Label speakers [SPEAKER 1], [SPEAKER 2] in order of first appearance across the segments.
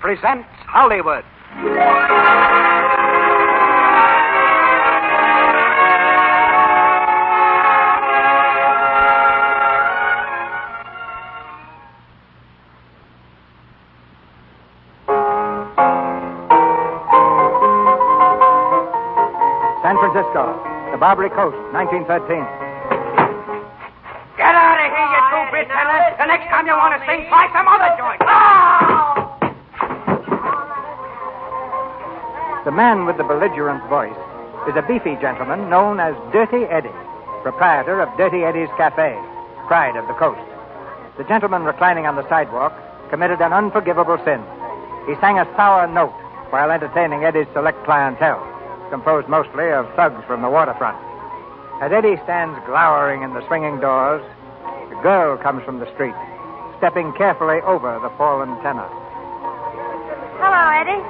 [SPEAKER 1] presents Hollywood.
[SPEAKER 2] San Francisco, the Barbary Coast, 1913.
[SPEAKER 1] Get out of here, you two bits, The next time you want to sing, try some other joint. Ah!
[SPEAKER 2] The man with the belligerent voice is a beefy gentleman known as Dirty Eddie, proprietor of Dirty Eddie's Cafe, pride of the coast. The gentleman reclining on the sidewalk committed an unforgivable sin. He sang a sour note while entertaining Eddie's select clientele, composed mostly of thugs from the waterfront. As Eddie stands glowering in the swinging doors, a girl comes from the street, stepping carefully over the fallen tenor.
[SPEAKER 3] Hello, Eddie.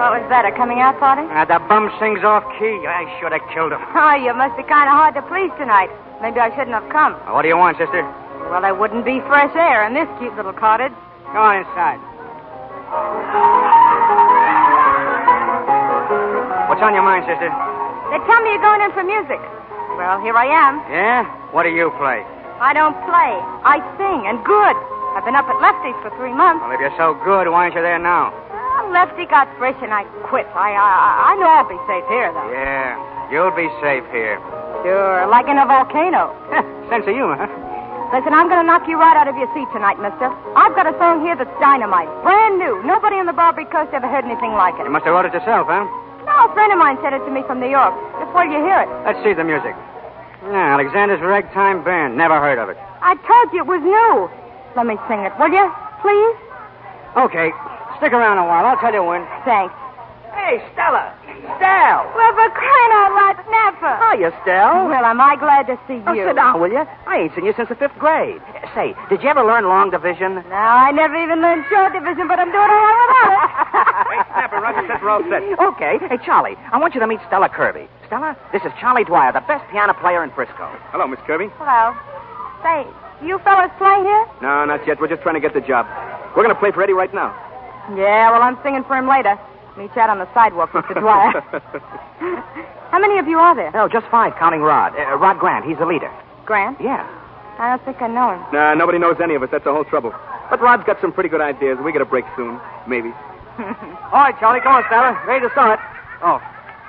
[SPEAKER 3] What was better, coming out party?
[SPEAKER 1] Ah, the bum sings off key. I should have killed him.
[SPEAKER 3] Oh, you must be kind of hard to please tonight. Maybe I shouldn't have come.
[SPEAKER 1] Uh, What do you want, sister?
[SPEAKER 3] Well, there wouldn't be fresh air in this cute little cottage.
[SPEAKER 1] Go on inside. What's on your mind, sister?
[SPEAKER 3] They tell me you're going in for music. Well, here I am.
[SPEAKER 1] Yeah? What do you play?
[SPEAKER 3] I don't play. I sing, and good. I've been up at Lefty's for three months.
[SPEAKER 1] Well, if you're so good, why aren't you there now?
[SPEAKER 3] Well, Lefty got fresh, and I quit. I, I, I know I'll be safe here, though.
[SPEAKER 1] Yeah, you'll be safe here.
[SPEAKER 3] Sure, like in a volcano.
[SPEAKER 1] Sense of humor, huh?
[SPEAKER 3] Listen, I'm going to knock you right out of your seat tonight, mister. I've got a song here that's dynamite, brand new. Nobody on the Barbary Coast ever heard anything like it.
[SPEAKER 1] You must have wrote it yourself, huh?
[SPEAKER 3] No, a friend of mine sent it to me from New York. Just wait till you hear it.
[SPEAKER 1] Let's see the music. Yeah, Alexander's Ragtime Band. Never heard of it.
[SPEAKER 3] I told you it was new. Let me sing it, will you? Please?
[SPEAKER 1] Okay, stick around a while. I'll tell you when.
[SPEAKER 3] Thanks.
[SPEAKER 1] Hey, Stella. Stella.
[SPEAKER 3] Well, for crying out loud, never. Oh,
[SPEAKER 1] Hiya, Stella.
[SPEAKER 3] Well, am I glad to see you.
[SPEAKER 1] Oh, sit down, will you? I ain't seen you since the fifth grade. Say, did you ever learn long division?
[SPEAKER 3] No, I never even learned short division, but I'm doing all right without it.
[SPEAKER 1] Hey, Snapper, Roger says we're all set. Okay. Hey, Charlie, I want you to meet Stella Kirby. Stella, this is Charlie Dwyer, the best piano player in Frisco.
[SPEAKER 4] Hello, Miss Kirby.
[SPEAKER 3] Hello. Say, you fellas play here?
[SPEAKER 4] No, not yet. We're just trying to get the job. We're going to play for Eddie right now.
[SPEAKER 3] Yeah, well, I'm singing for him later. Meet you out on the sidewalk, Mr. Dwyer. How many of you are there?
[SPEAKER 1] No, just five, counting Rod. Uh, Rod Grant, he's the leader.
[SPEAKER 3] Grant?
[SPEAKER 1] Yeah.
[SPEAKER 3] I don't think I know him.
[SPEAKER 4] nah, nobody knows any of us. That's the whole trouble. But Rod's got some pretty good ideas. We get a break soon, maybe.
[SPEAKER 1] All right, Charlie, come on, Stella. Ready to start. Oh,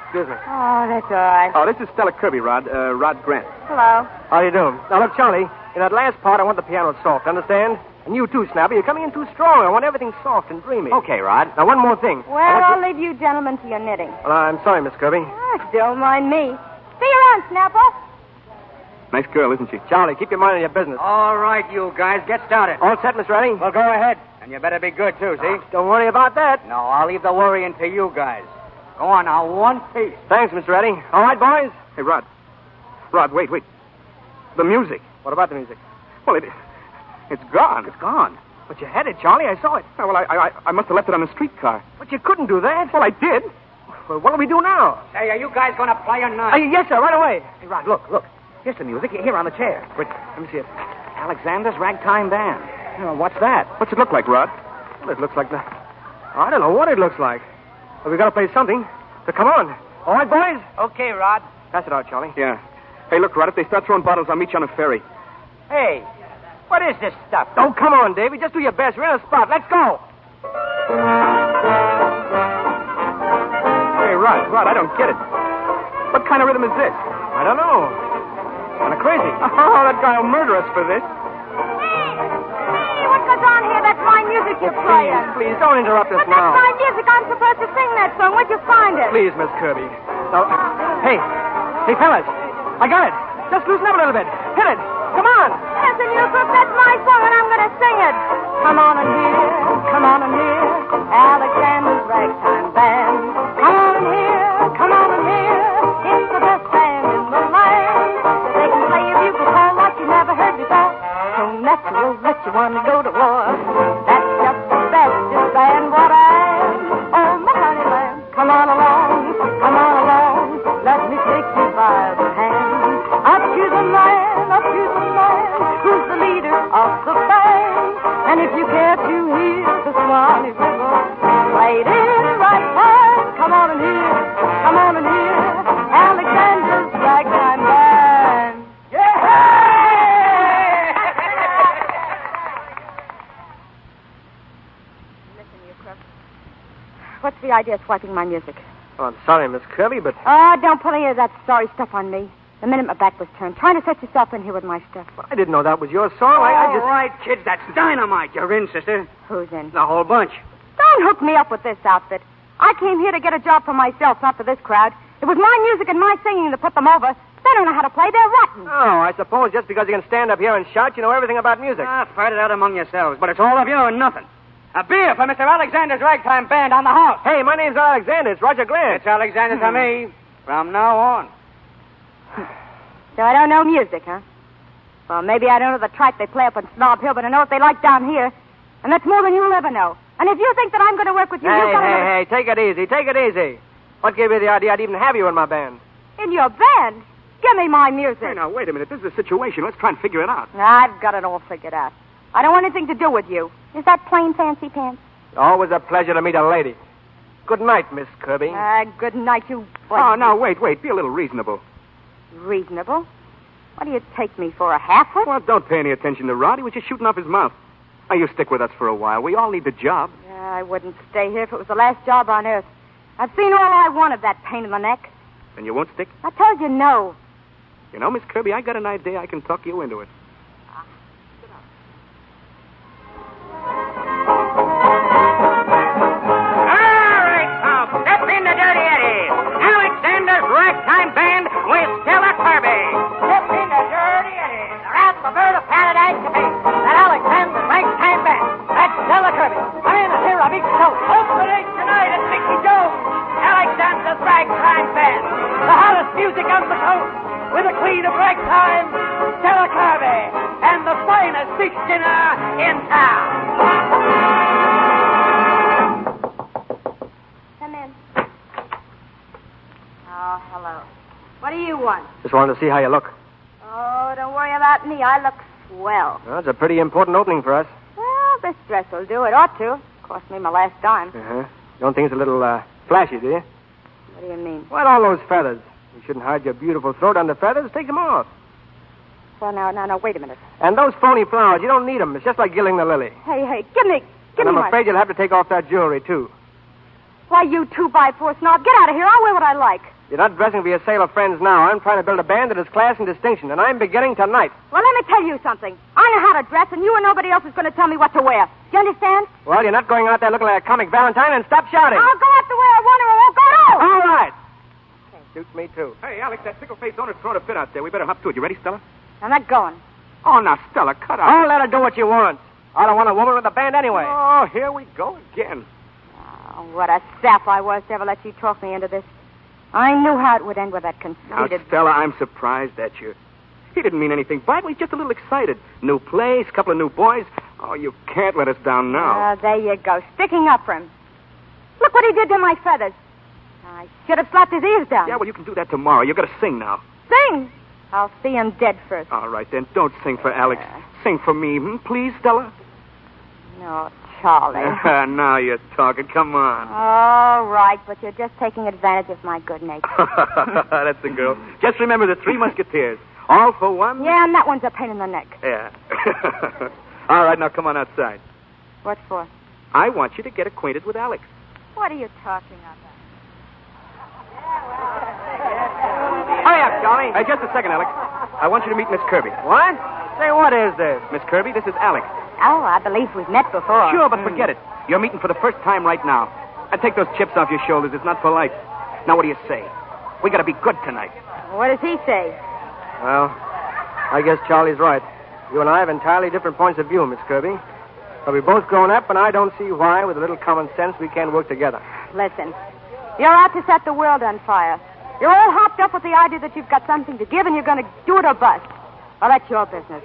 [SPEAKER 1] excuse me.
[SPEAKER 3] Oh, that's all right.
[SPEAKER 4] Oh, this is Stella Kirby, Rod. Uh, Rod Grant.
[SPEAKER 3] Hello.
[SPEAKER 1] How you doing? Now, look, Charlie, in that last part, I want the piano soft, understand? And you too, Snapper. You're coming in too strong. I want everything soft and dreamy. Okay, Rod. Now, one more thing.
[SPEAKER 3] Well, I'll leave you gentlemen to your knitting.
[SPEAKER 1] Well, I'm sorry, Miss Kirby.
[SPEAKER 3] Ah, don't mind me. See you around, Snapper.
[SPEAKER 4] Nice girl, isn't she?
[SPEAKER 1] Charlie, keep your mind on your business. All right, you guys. Get started. All set, Miss Rennie? Well, go ahead. And you better be good, too, see? Ah, don't worry about that. No, I'll leave the worrying to you guys. Go on now, one piece. Thanks, Miss Rennie. All right, boys?
[SPEAKER 4] Hey, Rod. Rod, wait, wait. The music.
[SPEAKER 1] What about the music?
[SPEAKER 4] Well, it, it's gone.
[SPEAKER 1] It's gone. But you had it, Charlie. I saw it.
[SPEAKER 4] Oh, well, I, I, I must have left it on the streetcar.
[SPEAKER 1] But you couldn't do that.
[SPEAKER 4] Well, I did.
[SPEAKER 1] Well, what do we do now? Say, are you guys going to play or not? Uh, yes, sir, right away. Hey, Rod, look, look. Here's the music here on the chair. Wait, let me see it. Alexander's Ragtime Band. Oh, what's that?
[SPEAKER 4] What's it look like, Rod?
[SPEAKER 1] Well, it looks like the. I don't know what it looks like. But we got to play something. So come on. All right, boys? Okay, Rod. Pass it out, Charlie.
[SPEAKER 4] Yeah. Hey, look, Rod, if they start throwing bottles, I'll meet you on a ferry.
[SPEAKER 1] Hey, what is this stuff? Oh, come on, Davy. Just do your best. We're in a spot. Let's go.
[SPEAKER 4] Hey, Rod, Rod, I don't get it. What kind of rhythm is this?
[SPEAKER 1] I don't know. Kind of crazy.
[SPEAKER 4] Oh, that guy will murder us for
[SPEAKER 3] Hey,
[SPEAKER 4] this.
[SPEAKER 3] what goes on here? That's my music you're playing.
[SPEAKER 1] please, don't interrupt us
[SPEAKER 3] But that's my music. I'm supposed to sing that song. Where'd you find it? Oh.
[SPEAKER 1] Please, Miss Kirby. Now, hey, hey, fellas, I got it. Just loosen up a little bit. Hit it. Come on.
[SPEAKER 3] Listen, you group, that's my song, and I'm going to sing it. Come on in here, come on in here, Alexander's Ragtime Band. Come on in here, come on in here, it's the best band in the land. They can play a bugle sound like you never heard before, so natural that you want to go to war. That's just the bestest band, what I am. Oh, my honey lamb, come on along, come on along, let me take you by the hand. Up to the man, up to the man, who's the leader of the band. And if you care to hear the swan you, Crook. What's the idea of swiping my music?
[SPEAKER 1] Oh, I'm sorry, Miss Kirby, but
[SPEAKER 3] Oh, don't put any of that sorry stuff on me. The minute my back was turned, trying to set yourself in here with my stuff.
[SPEAKER 1] I didn't know that was your song. I, I just... All right, kids, that's dynamite. You're in, sister.
[SPEAKER 3] Who's in?
[SPEAKER 1] The whole bunch.
[SPEAKER 3] Don't hook me up with this outfit. I came here to get a job for myself, not for this crowd. It was my music and my singing that put them over. They don't know how to play. They're rotten.
[SPEAKER 1] Oh, I suppose just because you can stand up here and shout, you know everything about music. Ah, fight it out among yourselves, but it's all of you and nothing. A beer for Mr. Alexander's ragtime band on the house. Hmm. Hey, my name's Alexander. It's Roger Glenn. It's Alexander to me. From now on.
[SPEAKER 3] So I don't know music, huh? Well, maybe I don't know the tripe they play up on Snob Hill, but I know what they like down here. And that's more than you'll ever know. And if you think that I'm going to work with you, you've got to...
[SPEAKER 1] hey, take it easy. Take it easy. What gave you the idea I'd even have you in my band?
[SPEAKER 3] In your band? Give me my music.
[SPEAKER 5] Hey, now, wait a minute. This is a situation. Let's try and figure it out.
[SPEAKER 3] I've got it all figured out. I don't want anything to do with you. Is that plain fancy pants?
[SPEAKER 1] Always a pleasure to meet a lady. Good night, Miss Kirby.
[SPEAKER 3] Ah, good night, you.
[SPEAKER 5] Oh, now, wait, wait. Be a little reasonable.
[SPEAKER 3] Reasonable? What do you take me for, a halfwit?
[SPEAKER 5] Well, don't pay any attention to Rod. He was just shooting off his mouth. Now, you stick with us for a while. We all need the job.
[SPEAKER 3] Yeah, I wouldn't stay here if it was the last job on earth. I've seen all I want of that pain in the neck.
[SPEAKER 5] And you won't stick?
[SPEAKER 3] I told you no.
[SPEAKER 5] You know, Miss Kirby, I got an idea. I can talk you into it.
[SPEAKER 1] All right, folks. Step into Dirty Eddie. Alexander's ragtime band with Stella Kirby.
[SPEAKER 3] Step into Dirty Eddie. They're out for bird of paradise to be. That Alexander Frank time back. That's Stella Kirby. Come in here, a big show. Opening tonight at Mickey Jones. Alexander's Ragtime Band. The hottest music on the coast. With the queen of ragtime, Stella Kirby. And the finest fish dinner in town. Come in. Oh, hello. What do you want?
[SPEAKER 1] Just wanted to see how you look.
[SPEAKER 3] Oh, don't worry about me. I look swell.
[SPEAKER 1] Well, it's a pretty important opening for us.
[SPEAKER 3] Well, this dress will do. It ought to. Cost me my last dime.
[SPEAKER 1] Uh-huh. Don't think it's a little uh, flashy, do you?
[SPEAKER 3] What do you mean?
[SPEAKER 1] What all those feathers? You shouldn't hide your beautiful throat under feathers. Take them off.
[SPEAKER 3] Well, now, now, now, wait a minute.
[SPEAKER 1] And those phony flowers, you don't need them. It's just like gilling the lily.
[SPEAKER 3] Hey, hey, give me, give
[SPEAKER 1] and
[SPEAKER 3] me
[SPEAKER 1] I'm
[SPEAKER 3] my...
[SPEAKER 1] afraid you'll have to take off that jewelry, too.
[SPEAKER 3] Why, you two by four snob, get out of here. I'll wear what I like.
[SPEAKER 1] You're not dressing for your sailor friends now. I'm trying to build a band that is class and distinction, and I'm beginning tonight.
[SPEAKER 3] Well, let me tell you something. I know how to dress, and you and nobody else is going to tell me what to wear. You understand?
[SPEAKER 1] Well, you're not going out there looking like a comic Valentine, and stop shouting.
[SPEAKER 3] I'll go out the way I want, or I won't go at all.
[SPEAKER 1] All right. Suits me, too.
[SPEAKER 5] Hey, Alex, that sickle-faced owner's throwing a fit out there. We better hop to it. You ready, Stella?
[SPEAKER 3] I'm not going.
[SPEAKER 5] Oh, now, Stella, cut out.
[SPEAKER 1] Oh, let her do what she wants. I don't want a woman with a band anyway.
[SPEAKER 5] Oh, here we go again.
[SPEAKER 3] Oh, what a sap I was to ever let you talk me into this. I knew how it would end with that
[SPEAKER 5] Now,
[SPEAKER 3] conceited.
[SPEAKER 5] Stella, I'm surprised at you. He didn't mean anything by it. He's just a little excited. New place, couple of new boys. Oh, you can't let us down now.
[SPEAKER 3] Ah, there you go, sticking up for him. Look what he did to my feathers. I should have slapped his ears down.
[SPEAKER 5] yeah, well, you can do that tomorrow. You gotta sing now.
[SPEAKER 3] Sing! I'll see him dead first.
[SPEAKER 5] All right, then. Don't sing for Alex. Sing for me, hmm? please, Stella.
[SPEAKER 3] No, Charlie.
[SPEAKER 5] now you're talking. Come on.
[SPEAKER 3] All right, but you're just taking advantage of my good nature.
[SPEAKER 1] Oh.
[SPEAKER 5] That's the girl. Just remember the three musketeers. All for one?
[SPEAKER 3] Yeah, and that one's a pain in the neck.
[SPEAKER 5] Yeah. All right, now come on outside.
[SPEAKER 3] What for?
[SPEAKER 5] I want you to get acquainted with Alex.
[SPEAKER 3] What are you talking about?
[SPEAKER 1] Hurry up, Johnny.
[SPEAKER 5] Hey, just a second, Alex. I want you to meet Miss Kirby.
[SPEAKER 1] What? Say, what is this?
[SPEAKER 5] Miss Kirby, this is Alex.
[SPEAKER 3] Oh, I believe we've met before.
[SPEAKER 5] Sure, but forget it. You're meeting for the first time right now. And take those chips off your shoulders. It's not polite. Now, what do you say? We gotta be good tonight.
[SPEAKER 3] What does he say?
[SPEAKER 1] Well, I guess Charlie's right. You and I have entirely different points of view, Miss Kirby. But we've both grown up, and I don't see why, with a little common sense, we can't work together.
[SPEAKER 3] Listen, you're out to set the world on fire. You're all hopped up with the idea that you've got something to give and you're going to do it or bust. Well, that's your business.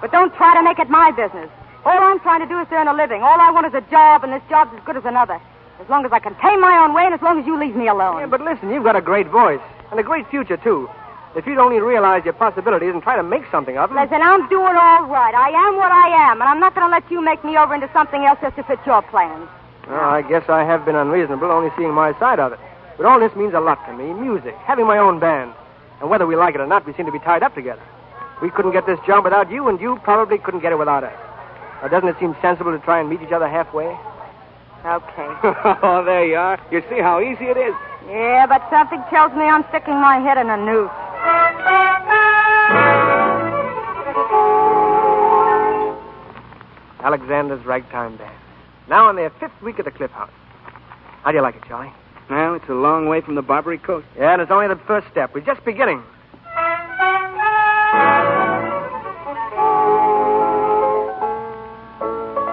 [SPEAKER 3] But don't try to make it my business. All I'm trying to do is earn a living. All I want is a job, and this job's as good as another. As long as I can tame my own way and as long as you leave me alone.
[SPEAKER 1] Yeah, but listen, you've got a great voice and a great future, too. If you'd only realize your possibilities and try to make something of them.
[SPEAKER 3] Listen, I'm doing all right. I am what I am, and I'm not going to let you make me over into something else just to fit your plans.
[SPEAKER 1] Well, I guess I have been unreasonable, only seeing my side of it. But all this means a lot to me music, having my own band. And whether we like it or not, we seem to be tied up together. We couldn't get this job without you, and you probably couldn't get it without us. Now, doesn't it seem sensible to try and meet each other halfway?
[SPEAKER 3] Okay.
[SPEAKER 4] oh, there you are. You see how easy it is.
[SPEAKER 3] Yeah, but something tells me I'm sticking my head in a noose.
[SPEAKER 5] Alexander's Ragtime Band. Now in their fifth week at the Cliff House. How do you like it, Charlie?
[SPEAKER 4] Well, it's a long way from the Barbary Coast.
[SPEAKER 5] Yeah, and it's only the first step. We're just beginning.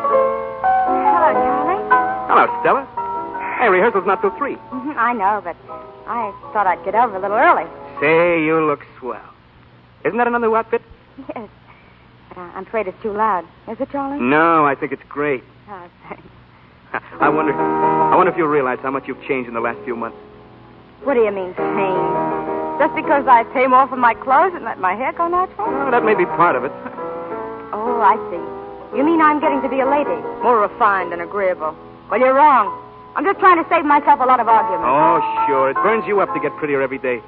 [SPEAKER 3] Hello, Charlie.
[SPEAKER 4] Hello, Stella. Hey, rehearsal's not till three.
[SPEAKER 3] Mhm, I know, but I thought I'd get over a little early.
[SPEAKER 4] Say, you look swell. Isn't that another outfit?
[SPEAKER 3] Yes. But I- I'm afraid it's too loud. Is it,
[SPEAKER 5] Mm.
[SPEAKER 3] Charlie?
[SPEAKER 4] No, I think it's great.
[SPEAKER 3] Oh, thanks.
[SPEAKER 4] I wonder, I wonder if you realize how much you've changed in the last few months.
[SPEAKER 3] What do you mean, change? Just because I pay more for my clothes and let my hair go natural?
[SPEAKER 4] Well, that may be part of it.
[SPEAKER 3] Oh, I see. You mean I'm getting to be a lady, more refined and agreeable. Well, you're wrong. I'm just trying to save myself a lot of argument.
[SPEAKER 4] Oh, sure. It burns you up to get prettier every day.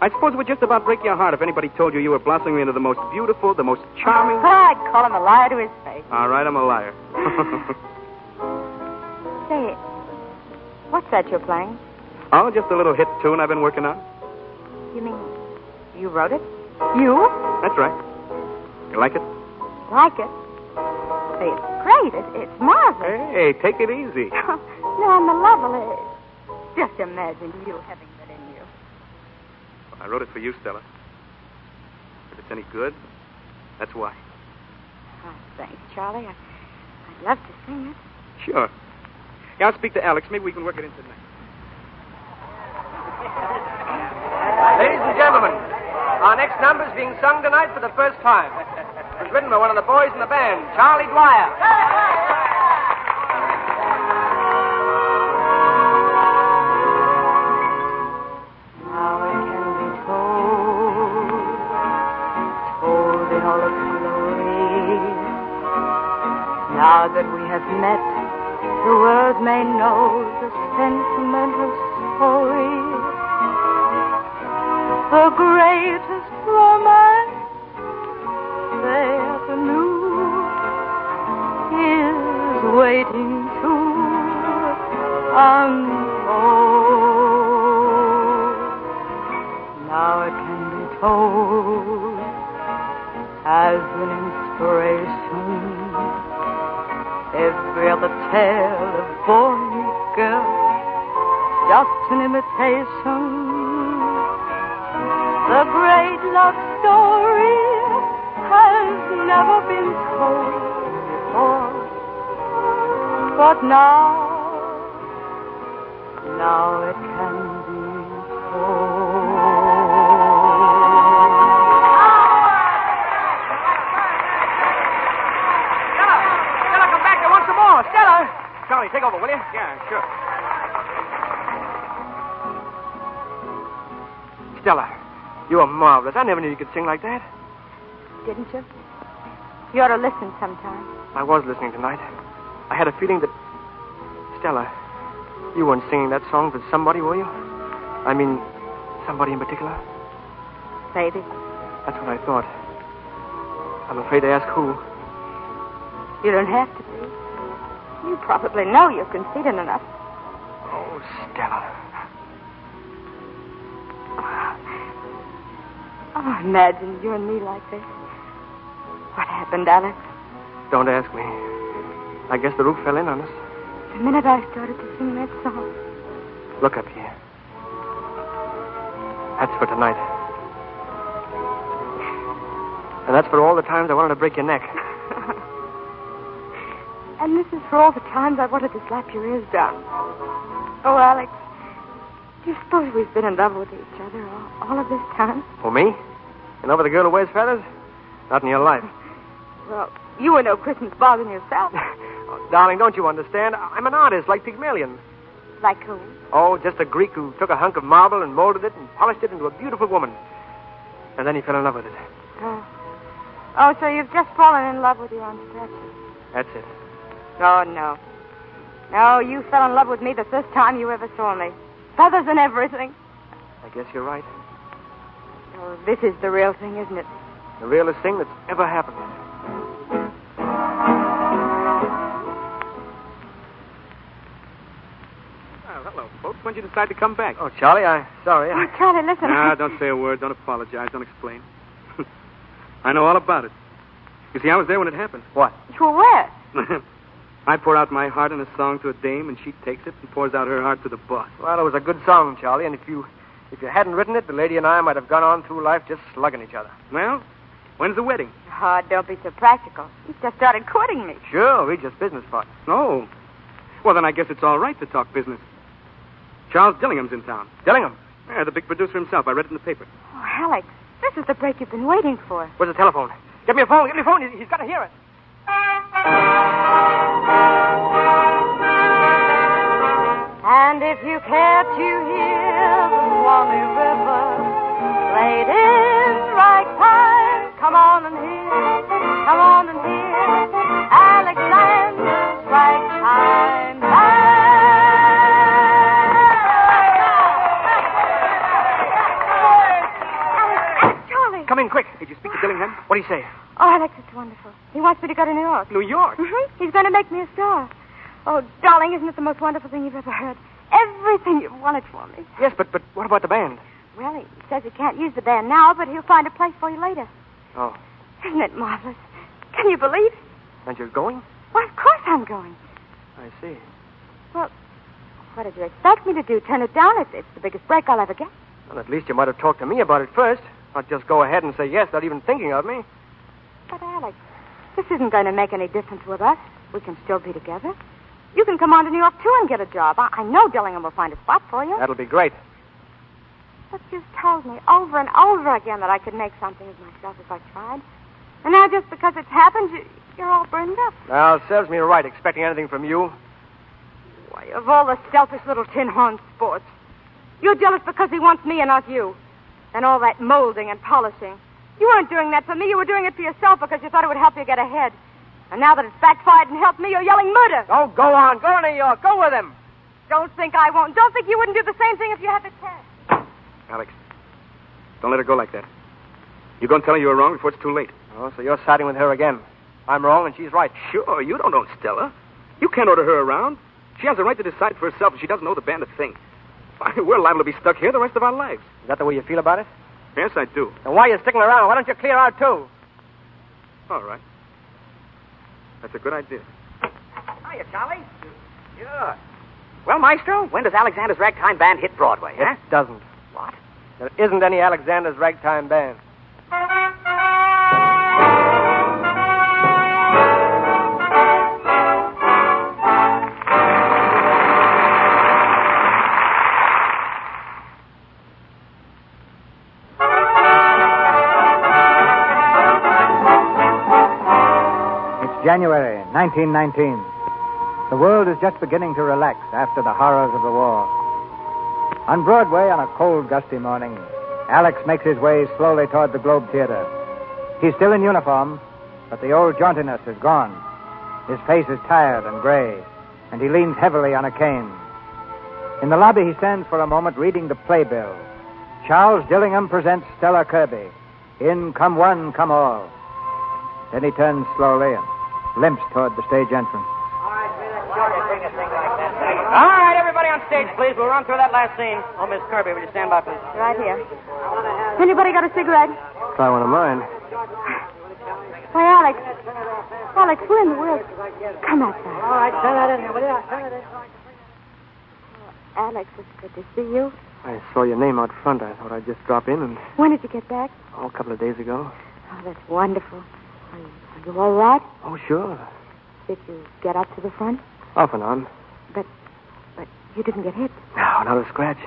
[SPEAKER 4] I suppose it would just about break your heart if anybody told you you were blossoming into the most beautiful, the most
[SPEAKER 6] Oh,
[SPEAKER 4] charming.
[SPEAKER 3] I'd call him a liar to his face.
[SPEAKER 4] All right, I'm a liar.
[SPEAKER 3] Say, what's that you're playing?
[SPEAKER 4] oh, just a little hit tune I've been working on.
[SPEAKER 3] You mean you wrote it? You?
[SPEAKER 4] That's right. You like it?
[SPEAKER 3] Like it? Say, it's great. It, it's marvelous.
[SPEAKER 4] Hey, take it easy.
[SPEAKER 3] no, on the level, it, just imagine you having that in you.
[SPEAKER 4] I wrote it for you, Stella. If it's any good, that's why.
[SPEAKER 3] Oh, thanks, Charlie. I, I'd love to sing it.
[SPEAKER 4] Sure. Yeah, I'll speak to Alex. Maybe we can work it in tonight.
[SPEAKER 5] Ladies and gentlemen, our next number is being sung tonight for the first time. It was written by one of the boys in the band, Charlie Dwyer.
[SPEAKER 3] Now it can be told, told in all its glory. Now that we have met, the world may know the sentimental story. The greatest romance they ever knew is waiting to unfold. Now it can be told as an inspiration. Every other tale of boy and girl, just an imitation. The great love story has never been told before. But now now it can be told.
[SPEAKER 5] Stella! Stella, come back here once more! Stella! Charlie, take over, will you?
[SPEAKER 4] Yeah, sure.
[SPEAKER 5] Stella, you are marvelous. I never knew you could sing like that.
[SPEAKER 3] Didn't you? You ought to listen sometime.
[SPEAKER 5] I was listening tonight. I had a feeling that. Stella, you weren't singing that song for somebody, were you? I mean, somebody in particular?
[SPEAKER 3] Maybe.
[SPEAKER 5] That's what I thought. I'm afraid to ask who.
[SPEAKER 3] You don't have to be. You probably know you're conceited enough.
[SPEAKER 5] Oh, Stella.
[SPEAKER 3] Oh, imagine you and me like this. What happened, Alex?
[SPEAKER 5] Don't ask me. I guess the roof fell in on us.
[SPEAKER 3] The minute I started to sing that song.
[SPEAKER 5] Look up here. That's for tonight. And that's for all the times I wanted to break your neck.
[SPEAKER 3] and this is for all the times I wanted to slap your ears down. Oh, Alex, do you suppose we've been in love with each other all, all of this time?
[SPEAKER 5] For me? In love with a girl who wears feathers? Not in your life.
[SPEAKER 3] Well, you were no Christmas bothering yourself.
[SPEAKER 5] Oh, darling, don't you understand? I- I'm an artist like Pygmalion.
[SPEAKER 3] like who?
[SPEAKER 5] Oh, just a Greek who took a hunk of marble and molded it and polished it into a beautiful woman. And then he fell in love with it.
[SPEAKER 3] Oh. oh, so you've just fallen in love with your own statue.
[SPEAKER 5] That's it.
[SPEAKER 3] Oh, no. No, you fell in love with me the first time you ever saw me. Feathers and everything.
[SPEAKER 5] I guess you're right.
[SPEAKER 3] Oh, this is the real thing, isn't it?
[SPEAKER 5] The realest thing that's ever happened.
[SPEAKER 4] Well, hello, folks. When did you decide to come back?
[SPEAKER 5] Oh, Charlie, I sorry.
[SPEAKER 3] Oh, Charlie, listen.
[SPEAKER 4] Nah, don't say a word. Don't apologize. Don't explain. I know all about it. You see, I was there when it happened.
[SPEAKER 5] What?
[SPEAKER 3] You were where?
[SPEAKER 4] I pour out my heart in a song to a dame, and she takes it and pours out her heart to the boss.
[SPEAKER 5] Well, it was a good song, Charlie, and if you if you hadn't written it, the lady and I might have gone on through life just slugging each other.
[SPEAKER 4] Well, when's the wedding?
[SPEAKER 3] Oh, don't be so practical. He just started courting me.
[SPEAKER 5] Sure, we just business partners.
[SPEAKER 4] Oh. Well, then I guess it's all right to talk business. Charles Dillingham's in town.
[SPEAKER 5] Dillingham,
[SPEAKER 4] Yeah, the big producer himself. I read it in the paper.
[SPEAKER 3] Oh, Alex, this is the break you've been waiting for.
[SPEAKER 5] where's the telephone? Get me a phone. Get me a phone. He- He's got to hear it.
[SPEAKER 3] And if you care to hear the Swanee River played in ragtime, come on and hear, come on and hear Alexander's ragtime band.
[SPEAKER 5] Come in quick.
[SPEAKER 4] Did you speak to Dillingham?
[SPEAKER 5] What do you say?
[SPEAKER 3] Oh, Alex, it's wonderful. He wants me to go to New York.
[SPEAKER 4] New York.
[SPEAKER 3] Mm-hmm. He's going to make me a star. Oh, darling, isn't it the most wonderful thing you've ever heard? Everything you've wanted for me.
[SPEAKER 5] Yes, but but what about the band?
[SPEAKER 3] Well, he says he can't use the band now, but he'll find a place for you later.
[SPEAKER 5] Oh,
[SPEAKER 3] Isn't it marvelous? Can you believe? it?
[SPEAKER 5] and you're going?
[SPEAKER 3] Why, of course I'm going.
[SPEAKER 5] I see.
[SPEAKER 3] Well, what did you expect me to do? Turn it down? It's, it's the biggest break I'll ever get.
[SPEAKER 5] Well, at least you might have talked to me about it first. Not just go ahead and say yes, not even thinking of me.
[SPEAKER 3] But, Alex, this isn't going to make any difference with us. We can still be together. You can come on to New York, too, and get a job. I, I know Dillingham will find a spot for you.
[SPEAKER 5] That'll be great.
[SPEAKER 3] But you've told me over and over again that I could make something of myself if I tried. And now, just because it's happened, you, you're all burned up.
[SPEAKER 5] Now, serves me right expecting anything from you.
[SPEAKER 3] Why, of all the selfish little tin horn sports. You're jealous because he wants me and not you. And all that molding and polishing. You weren't doing that for me. You were doing it for yourself because you thought it would help you get ahead. And now that it's backfired and helped me, you're yelling murder.
[SPEAKER 5] Oh, go on. Go to New York. Go with him.
[SPEAKER 3] Don't think I won't. Don't think you wouldn't do the same thing if you had the chance.
[SPEAKER 4] Alex, don't let her go like that. You're going to tell her you were wrong before it's too late.
[SPEAKER 5] Oh, so you're siding with her again. I'm wrong and she's right.
[SPEAKER 4] Sure, Oh, you don't own Stella. You can't order her around. She has a right to decide for herself, and she doesn't owe the band a thing. Why, We're liable to be stuck here the rest of our lives.
[SPEAKER 5] Is that the way you feel about it?
[SPEAKER 4] Yes, I do.
[SPEAKER 5] Then why are you sticking around? Why don't you clear out, too?
[SPEAKER 4] All right. That's a good idea.
[SPEAKER 1] Hiya, Charlie. Sure. Well, Maestro, when does Alexander's Ragtime Band hit Broadway, huh?
[SPEAKER 5] It doesn't.
[SPEAKER 1] What?
[SPEAKER 5] There isn't any Alexander's ragtime band.
[SPEAKER 2] It's January 1919. The world is just beginning to relax after the horrors of the war. On Broadway, on a cold, gusty morning, Alex makes his way slowly toward the Globe Theater. He's still in uniform, but the old jauntiness is gone. His face is tired and gray, and he leans heavily on a cane. In the lobby, he stands for a moment reading the playbill. Charles Dillingham presents Stella Kirby. In come one, come all. Then he turns slowly and limps toward the stage entrance.
[SPEAKER 1] All right, everybody on stage, please. We'll run through that last scene. Oh, Miss Kirby, will you stand by, please?
[SPEAKER 3] Right here. Anybody got a cigarette?
[SPEAKER 5] Try one of mine.
[SPEAKER 3] Why, Alex. Alex, we're in the world. Come outside. All right, turn that in here, will you? Turn it in. Alex, it's good to see you.
[SPEAKER 5] I saw your name out front. I thought I'd just drop in and
[SPEAKER 3] When did you get back?
[SPEAKER 5] oh, a couple of days ago.
[SPEAKER 3] Oh, that's wonderful. Are you, are you all right?
[SPEAKER 5] Oh, sure.
[SPEAKER 3] Did you get up to the front?
[SPEAKER 5] Off and on.
[SPEAKER 3] But, but you didn't get hit.
[SPEAKER 5] No, not a scratch.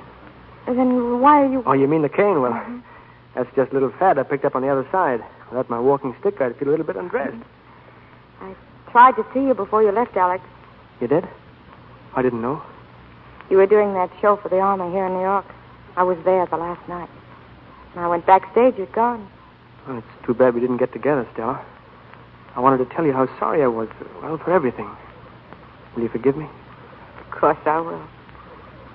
[SPEAKER 3] And then why are you?
[SPEAKER 5] Oh, you mean the cane? Well, that's just a little fad I picked up on the other side. Without my walking stick, I'd feel a little bit undressed.
[SPEAKER 3] I tried to see you before you left, Alex.
[SPEAKER 5] You did? I didn't know.
[SPEAKER 3] You were doing that show for the Army here in New York. I was there the last night. And I went backstage. You'd gone.
[SPEAKER 5] Well, it's too bad we didn't get together, Stella. I wanted to tell you how sorry I was, well, for everything. Will you forgive me?
[SPEAKER 3] Of course I will.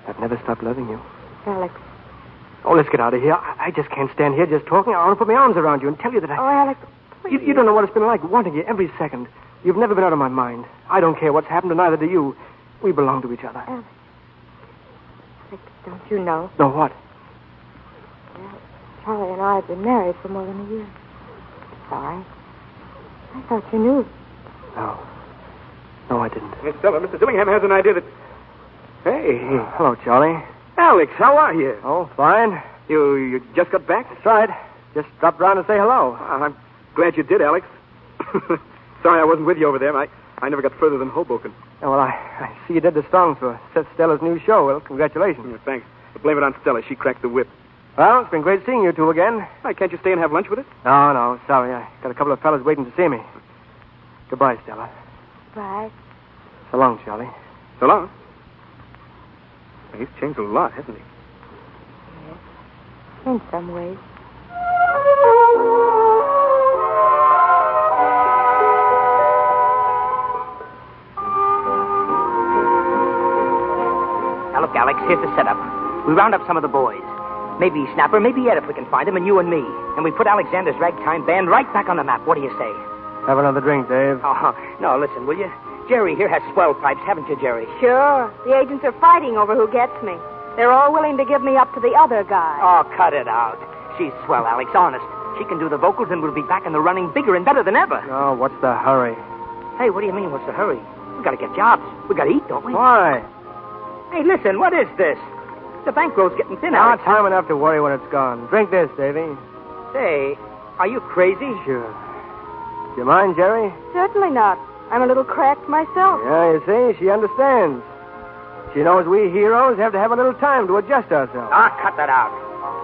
[SPEAKER 5] I've never stopped loving you.
[SPEAKER 3] Alex.
[SPEAKER 5] Oh, let's get out of here. I, I just can't stand here just talking. I want to put my arms around you and tell you that I.
[SPEAKER 3] Oh, Alex, please.
[SPEAKER 5] you, you don't know what it's been like wanting you every second. You've never been out of my mind. I don't care what's happened, and neither do you. We belong to each other.
[SPEAKER 3] Alex.
[SPEAKER 6] Like, don't you know?
[SPEAKER 5] No, what?
[SPEAKER 6] Charlie and I have been married for more than a year. Sorry. I thought you knew.
[SPEAKER 5] No. No, I didn't.
[SPEAKER 4] Miss Stella, Mr. Dillingham has an idea that. Hey,
[SPEAKER 5] Hello, Charlie.
[SPEAKER 4] Alex, how are you?
[SPEAKER 5] Oh, fine.
[SPEAKER 4] You you just got back?
[SPEAKER 5] That's right. Just dropped round to say hello. Uh,
[SPEAKER 4] Ah, I'm glad you did, Alex. Sorry I wasn't with you over there. I, I never got further than Hoboken.
[SPEAKER 5] Oh, well, I, I see you did the songs for Seth Stella's new show. Well, congratulations.
[SPEAKER 4] Yeah, thanks. But blame it on Stella. She cracked the whip.
[SPEAKER 5] Well, it's been great seeing you two again.
[SPEAKER 4] Why, can't you stay and have lunch with us?
[SPEAKER 5] No, no, sorry. I got a couple of fellas waiting to see me. Goodbye, Stella.
[SPEAKER 6] Right.
[SPEAKER 5] So long, Charlie.
[SPEAKER 4] So long. He's changed a lot, hasn't he?
[SPEAKER 6] In some ways.
[SPEAKER 7] Now, look, Alex, here's the setup. We round up some of the boys. Maybe Snapper, maybe Ed if we can find him, and you and me. And we put Alexander's ragtime band right back on the map. What do you say?
[SPEAKER 5] Have another drink, Dave.
[SPEAKER 7] Oh, no, listen, will you? Jerry here has swell pipes, haven't you, Jerry?
[SPEAKER 6] Sure. The agents are fighting over who gets me. They're all willing to give me up to the other guy.
[SPEAKER 7] Oh, cut it out. She's swell, Alex, honest. She can do the vocals, and we'll be back in the running bigger and better than ever.
[SPEAKER 5] Oh, what's the hurry?
[SPEAKER 7] Hey, what do you mean, what's the hurry? we got to get jobs. we got to eat, don't we?
[SPEAKER 5] Why?
[SPEAKER 7] Hey, listen, what is this? The bankroll's getting thin
[SPEAKER 5] Now,
[SPEAKER 7] out.
[SPEAKER 5] time enough to worry when it's gone. Drink this, Davy.
[SPEAKER 7] Say, are you crazy?
[SPEAKER 5] Sure. Do you mind, Jerry?
[SPEAKER 6] Certainly not. I'm a little cracked myself.
[SPEAKER 5] Yeah, you see, she understands. She knows we heroes have to have a little time to adjust ourselves.
[SPEAKER 7] Ah, cut that out.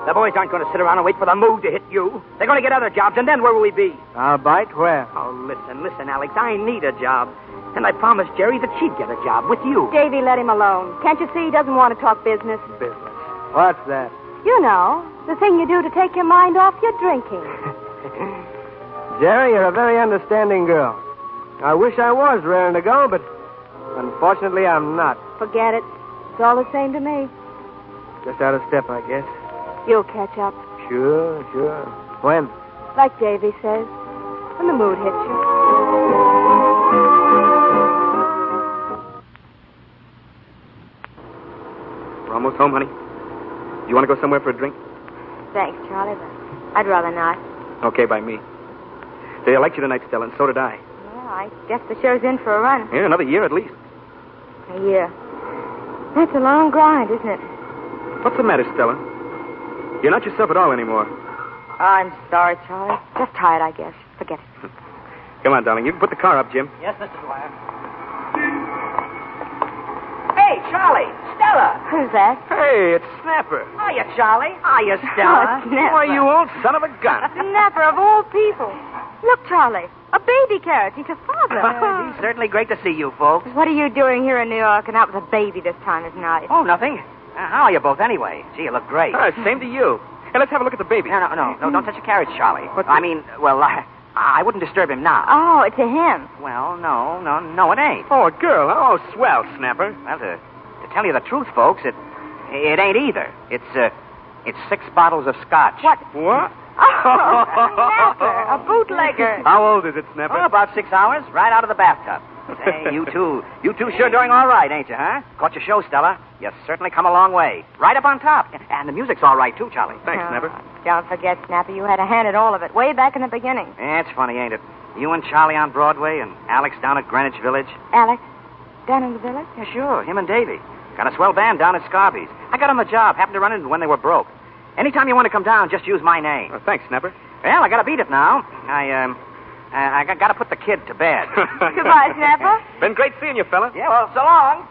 [SPEAKER 7] The boys aren't going to sit around and wait for the move to hit you. They're going to get other jobs, and then where will we be?
[SPEAKER 5] I'll bite where?
[SPEAKER 7] Oh, listen, listen, Alex. I need a job. And I promised Jerry that she'd get a job with you.
[SPEAKER 6] Davy, let him alone. Can't you see he doesn't want to talk business?
[SPEAKER 5] Business. What's that?
[SPEAKER 6] You know, the thing you do to take your mind off your drinking.
[SPEAKER 5] Jerry, you're a very understanding girl. I wish I was raring to go, but unfortunately I'm not.
[SPEAKER 6] Forget it. It's all the same to me.
[SPEAKER 5] Just out of step, I guess.
[SPEAKER 6] You'll catch up,
[SPEAKER 5] Sure, sure. When?
[SPEAKER 6] like Davy says, when the mood hits you.
[SPEAKER 4] We're almost home, honey. Do you want to go somewhere for a drink?
[SPEAKER 6] Thanks, Charlie, but I'd rather not.
[SPEAKER 4] Okay, by me. They liked you tonight, Stella, and so did I.
[SPEAKER 6] Well, I guess the show's in for a run.
[SPEAKER 4] Yeah, another year at least.
[SPEAKER 6] A year. That's a long grind, isn't it?
[SPEAKER 4] What's the matter, Stella? You're not yourself at all anymore.
[SPEAKER 6] I'm sorry, Charlie. Just tired, I guess. Forget it.
[SPEAKER 4] Come on, darling. You can put the car up, Jim.
[SPEAKER 7] Yes, Mr. Dwyer. Hey, Charlie. Stella.
[SPEAKER 6] Who's that?
[SPEAKER 4] Hey, it's Snapper.
[SPEAKER 7] Hiya, Charlie. Hiya, Stella.
[SPEAKER 6] Oh, Snapper.
[SPEAKER 4] Why, you old son of a gun.
[SPEAKER 6] Never, of all people. Look, Charlie, a baby carriage. He's your father.
[SPEAKER 7] It's
[SPEAKER 1] Oh,
[SPEAKER 7] certainly great to see you, folks.
[SPEAKER 6] what are you doing here in New York and out with a baby this time of night?
[SPEAKER 7] Oh, nothing. Uh, how are you both anyway? Gee, you look great.
[SPEAKER 4] Ah, same to you. Hey, let's have a look at the baby.
[SPEAKER 7] No, no, no, no. Don't touch your carriage, Charlie. I mean, well, I, I wouldn't disturb him now.
[SPEAKER 6] Oh, to him.
[SPEAKER 7] Well, no, no, no, it ain't.
[SPEAKER 4] Oh, a girl. Oh, swell, Snapper.
[SPEAKER 7] Well, to, to tell you the truth, folks, it it ain't either. It's uh, it's six bottles of scotch.
[SPEAKER 6] What?
[SPEAKER 4] What?
[SPEAKER 6] Oh, snapper, a bootlegger.
[SPEAKER 4] How old is it, Snapper?
[SPEAKER 7] Oh, about six hours, right out of the bathtub.
[SPEAKER 4] Oh,
[SPEAKER 7] Say, you two, you two sure doing all right, ain't you, huh? Caught your show, Stella. You certainly come a long way. Right up on top. And the music's all right, too, Charlie.
[SPEAKER 4] Thanks, Snapper.
[SPEAKER 6] Don't forget, Snapper, you had a hand in all of it way back in the beginning.
[SPEAKER 7] Eh, it's funny, ain't it? You and Charlie on Broadway and Alex down at Greenwich Village.
[SPEAKER 6] Alex, down in the village?
[SPEAKER 7] Yeah, sure, him and Davy. Got a swell band down at Scarby's. I got 'em a job. Happened to run into 'em when they were broke. Anytime you want to come down, just use my name.
[SPEAKER 4] Oh, thanks, Snapper.
[SPEAKER 7] Well, I gotta beat it now. I, um, I, I gotta put the kid to bed.
[SPEAKER 6] Goodbye, Snapper.
[SPEAKER 4] Been great seeing you, fella.
[SPEAKER 7] yeah, well, so long.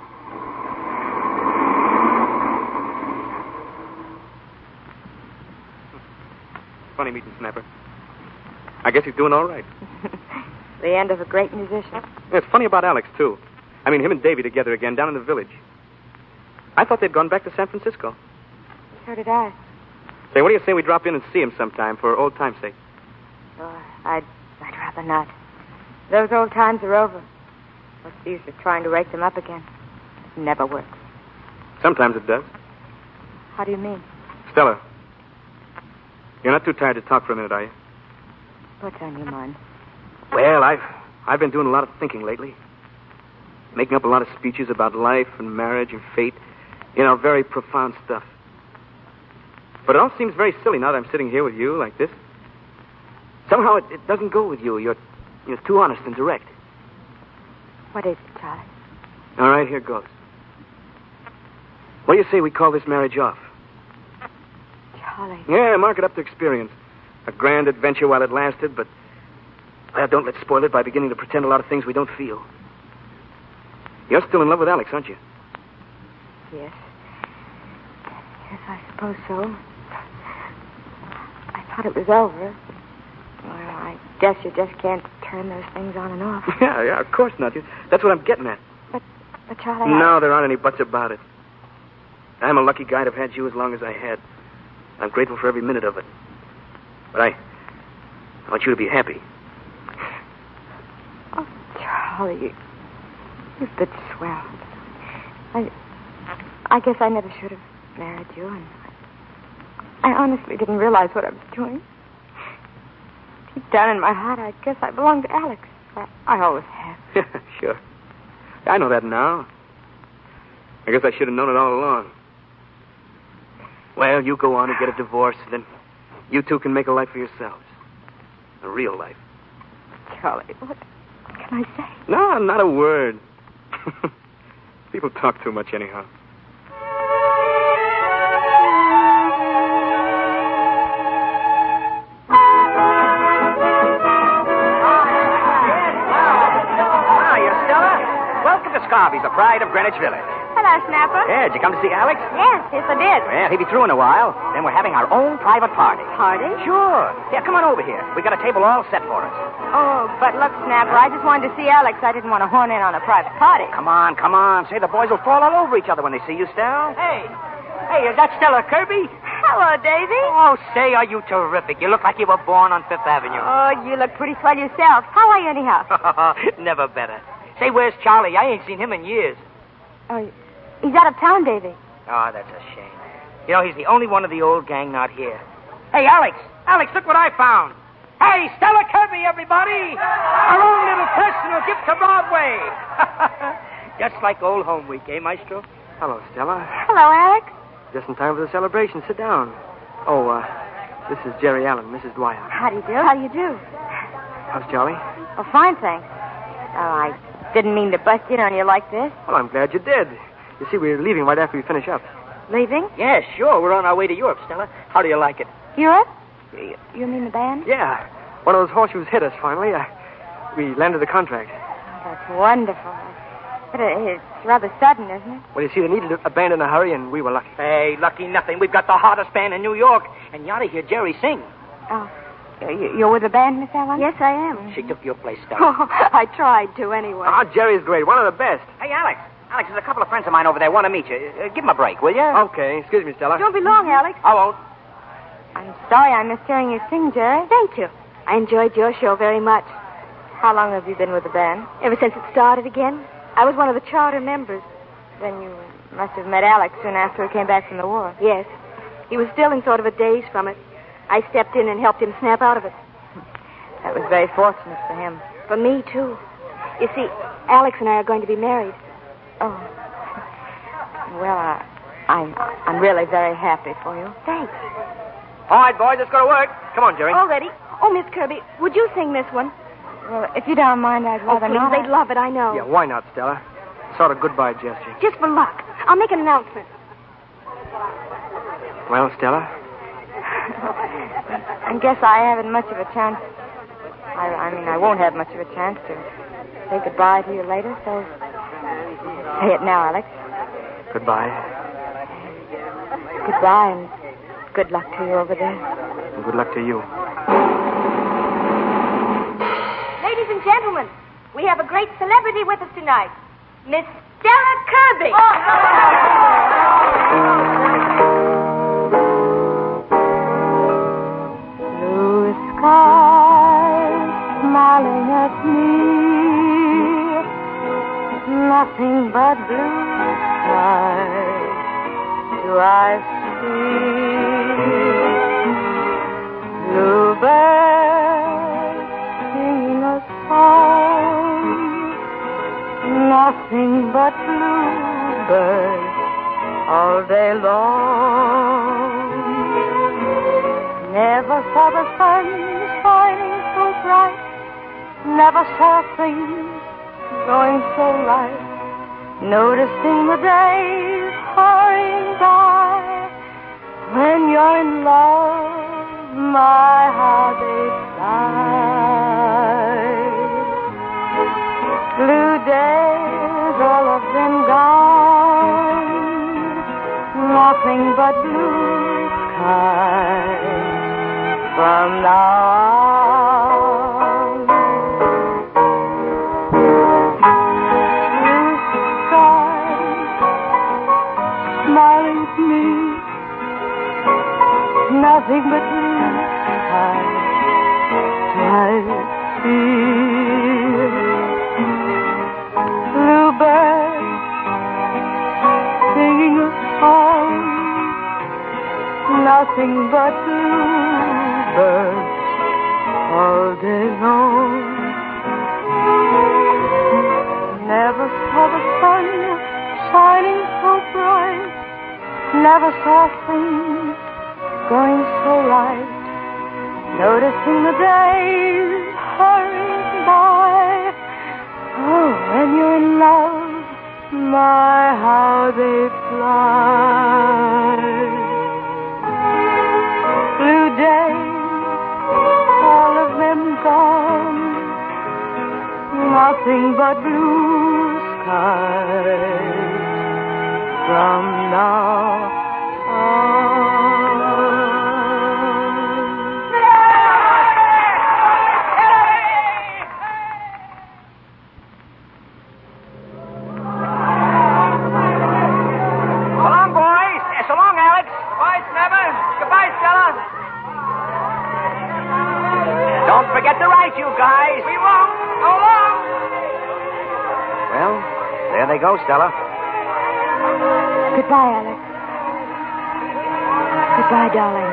[SPEAKER 4] Funny meeting Snapper. I guess he's doing all right.
[SPEAKER 6] the end of a great musician.
[SPEAKER 4] Yeah, It's funny about Alex, too. I mean, him and Davy together again down in the village. I thought they'd gone back to San Francisco.
[SPEAKER 6] So did I.
[SPEAKER 4] Say, what do you say we drop in and see him sometime for old time's sake?
[SPEAKER 6] Oh, I'd, I'd rather not. Those old times are over. What's the use of trying to rake them up again? It never works.
[SPEAKER 4] Sometimes it does.
[SPEAKER 6] How do you mean?
[SPEAKER 4] Stella, you're not too tired to talk for a minute, are you?
[SPEAKER 6] What's on your mind?
[SPEAKER 4] Well, I've I've been doing a lot of thinking lately, making up a lot of speeches about life and marriage and fate, You know, very profound stuff. But it all seems very silly now that I'm sitting here with you like this. Somehow it, it doesn't go with you. You're, you're too honest and direct.
[SPEAKER 6] What is it, Charlie?
[SPEAKER 4] All right, here goes. What do you say we call this marriage off?
[SPEAKER 6] Charlie.
[SPEAKER 4] Yeah, mark it up to experience. A grand adventure while it lasted, but uh, don't let's spoil it by beginning to pretend a lot of things we don't feel. You're still in love with Alex, aren't you?
[SPEAKER 6] Yes. Yes, I suppose so. I thought it was over. Well, I guess you just can't turn those things on and off.
[SPEAKER 4] yeah, yeah, of course not. You- That's what I'm getting at.
[SPEAKER 6] But, but Charlie, I-
[SPEAKER 4] No, there aren't any buts about it. I'm a lucky guy to have had you as long as I had. I'm grateful for every minute of it. But I, I want you to be happy.
[SPEAKER 6] Oh, Charlie, you, you've been swell. I, I guess I never should have married you, and I, I honestly didn't realize what I was doing. Deep down in my heart, I guess I belong to Alex. I, I always have.
[SPEAKER 4] sure. I know that now. I guess I should have known it all along. Well, you go on and get a divorce, and then you two can make a life for yourselves. A real life.
[SPEAKER 6] Charlie, what, what can I say?
[SPEAKER 4] No, not a word. People talk too much, anyhow.
[SPEAKER 7] Ah, you're Stella? Welcome to Scarby's, the pride of Greenwich Village.
[SPEAKER 3] Hello, Snapper.
[SPEAKER 7] Yeah, did you come to see Alex?
[SPEAKER 3] Yes, yes, I did.
[SPEAKER 7] Well, he'll be through in a while. Then we're having our own private party.
[SPEAKER 3] Party?
[SPEAKER 7] Sure. Yeah, come on over here. We got a table all set for us.
[SPEAKER 3] Oh, but look, Snapper, I just wanted to see Alex. I didn't want to horn in on a private party.
[SPEAKER 7] Come on, come on. Say the boys will fall all over each other when they see you, Stella.
[SPEAKER 3] Hey.
[SPEAKER 7] Hey, is that Stella Kirby?
[SPEAKER 3] Hello, Davy.
[SPEAKER 7] Oh, say, are you terrific? You look like you were born on Fifth Avenue.
[SPEAKER 3] Oh, you look pretty swell yourself. How are you, anyhow?
[SPEAKER 7] Never better. Say, where's Charlie? I ain't seen him in years.
[SPEAKER 6] Oh, he's out of town, Davy.
[SPEAKER 7] Oh, that's a shame. You know, he's the only one of the old gang not here. Hey, Alex! Alex, look what I found! Hey, Stella Kirby, everybody! Our own little personal gift to Broadway! Just like old home week, eh, Maestro?
[SPEAKER 5] Hello, Stella.
[SPEAKER 3] Hello, Alex.
[SPEAKER 5] Just in time for the celebration. Sit down. Oh, uh, this is Jerry Allen, Mrs. Dwyer.
[SPEAKER 3] How do you do? How do you do?
[SPEAKER 5] How's Charlie?
[SPEAKER 3] Oh, fine, thanks. Oh, I didn't mean to bust in on you like this.
[SPEAKER 5] Well, I'm glad you did. You see, we're leaving right after we finish up.
[SPEAKER 3] Leaving?
[SPEAKER 7] Yeah, sure. We're on our way to Europe, Stella. How do you like it?
[SPEAKER 3] Europe? Y- You mean the band?
[SPEAKER 5] Yeah, one of those horseshoes hit us finally. Uh, we landed the contract.
[SPEAKER 6] Oh, That's wonderful. But it, it's rather sudden, isn't it?
[SPEAKER 5] Well, you see, they needed a band in a hurry, and we were lucky.
[SPEAKER 7] Hey, lucky nothing. We've got the hottest band in New York, and you ought to hear Jerry sing.
[SPEAKER 6] Oh, you, you're with the band, Miss Allen?
[SPEAKER 3] Yes, I am.
[SPEAKER 7] She took your place, Stella.
[SPEAKER 6] Oh, I tried to anyway.
[SPEAKER 5] Ah, Jerry's great. One of the best.
[SPEAKER 7] hey, Alex. Alex, there's a couple of friends of mine over there want to meet you. Uh, give them a break, will you?
[SPEAKER 5] Okay, excuse me, Stella.
[SPEAKER 3] Don't be long, Alex.
[SPEAKER 7] I won't.
[SPEAKER 6] I'm sorry I missed hearing you sing, Jerry.
[SPEAKER 3] Thank you. I enjoyed your show very much.
[SPEAKER 6] How long have you been with the band?
[SPEAKER 3] Ever since it started again, I was one of the charter members.
[SPEAKER 6] Then you must have met Alex soon after he came back from the war.
[SPEAKER 3] Yes. He was still in sort of a daze from it. I stepped in and helped him snap out of it.
[SPEAKER 6] That was very fortunate for him.
[SPEAKER 3] For me, too. You see, Alex and I are going to be married.
[SPEAKER 6] Oh. Well, I, I'm, I'm really very happy for you.
[SPEAKER 3] Thanks.
[SPEAKER 7] All right, boys, it's going to work. Come on, Jerry.
[SPEAKER 3] Already? Oh, Miss Kirby, would you sing this one? Oh,
[SPEAKER 6] Well, if you don't mind, I'd rather
[SPEAKER 3] please,
[SPEAKER 6] not.
[SPEAKER 3] they'd love it, I know.
[SPEAKER 5] Yeah, why not, Stella? Sort of goodbye gesture.
[SPEAKER 3] Just for luck. I'll make an announcement.
[SPEAKER 5] Well, Stella,
[SPEAKER 6] I guess I haven't much of a chance. I, I mean, I won't have much of a chance to say goodbye to you later, so say it now, Alex.
[SPEAKER 5] goodbye.
[SPEAKER 6] Goodbye, and good luck to you over there.
[SPEAKER 5] And good luck to you.
[SPEAKER 3] Ladies and gentlemen, we have a great celebrity with us tonight. Miss Stella Kirby.
[SPEAKER 6] Blue sky smiling at me. Nothing but blue sky do I see. Bluebirds singing a song. Nothing but bluebirds all day long. Never saw the sun shining so bright. Never saw things going so light. Noticing the days hurrying by. When you're in love, my how they fly. Blue days, all of them gone. Nothing but blue skies from now on. Blue skies, smiling at me nothing but blue skies I see. Bluebirds singing a song, nothing but bluebirds all day long. Never saw the sun shining so bright, never saw things going so light, noticing the days hurrying by. Oh, when you're in love, my how they fly. Blue days, all of them gone, nothing but blue skies from now on.
[SPEAKER 7] So long, boys. Eh, So long, Alex. Goodbye, Snapper. Goodbye, Stella. Don't forget to write, you guys. We won't. So long.
[SPEAKER 1] Well, there they go, Stella.
[SPEAKER 8] Goodbye, Alex. Goodbye, darling.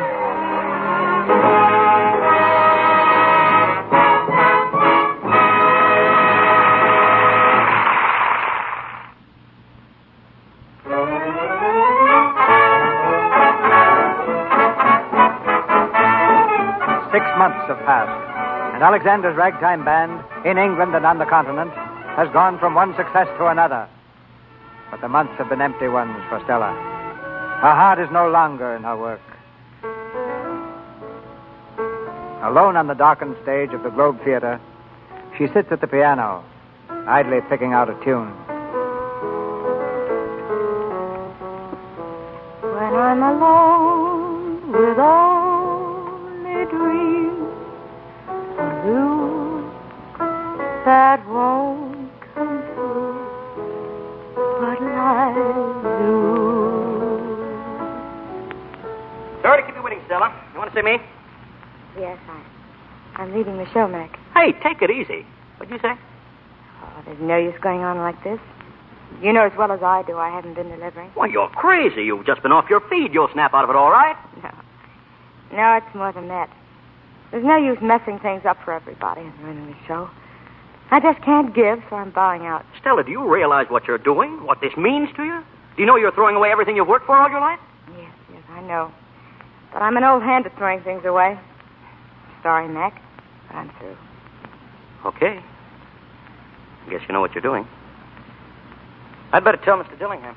[SPEAKER 2] Six months have passed, and Alexander's ragtime band, in England and on the continent, has gone from one success to another. But the months have been empty ones for Stella. Her heart is no longer in her work. Alone on the darkened stage of the Globe Theater, she sits at the piano, idly picking out a tune.
[SPEAKER 6] When I'm alone with only dreams, of you that won't come true, but I do.
[SPEAKER 7] Sorry to keep you waiting, Stella. You want to see me?
[SPEAKER 8] Yes, I, I'm leaving the show, Mac.
[SPEAKER 7] Hey, take it easy. What'd you say?
[SPEAKER 8] Oh, there's no use going on like this. You know as well as I do I haven't been delivering.
[SPEAKER 7] Well, you're crazy. You've just been off your feed. You'll snap out of it, all right.
[SPEAKER 8] No. No, it's more than that. There's no use messing things up for everybody and ruining the show. I just can't give, so I'm bowing out.
[SPEAKER 7] Stella, do you realize what you're doing? What this means to you? Do you know you're throwing away everything you've worked for all your life?
[SPEAKER 8] Yes, yes, I know. But I'm an old hand at throwing things away. Sorry, Mac, but I'm through.
[SPEAKER 7] Okay. I guess you know what you're doing. I'd better tell Mr. Dillingham.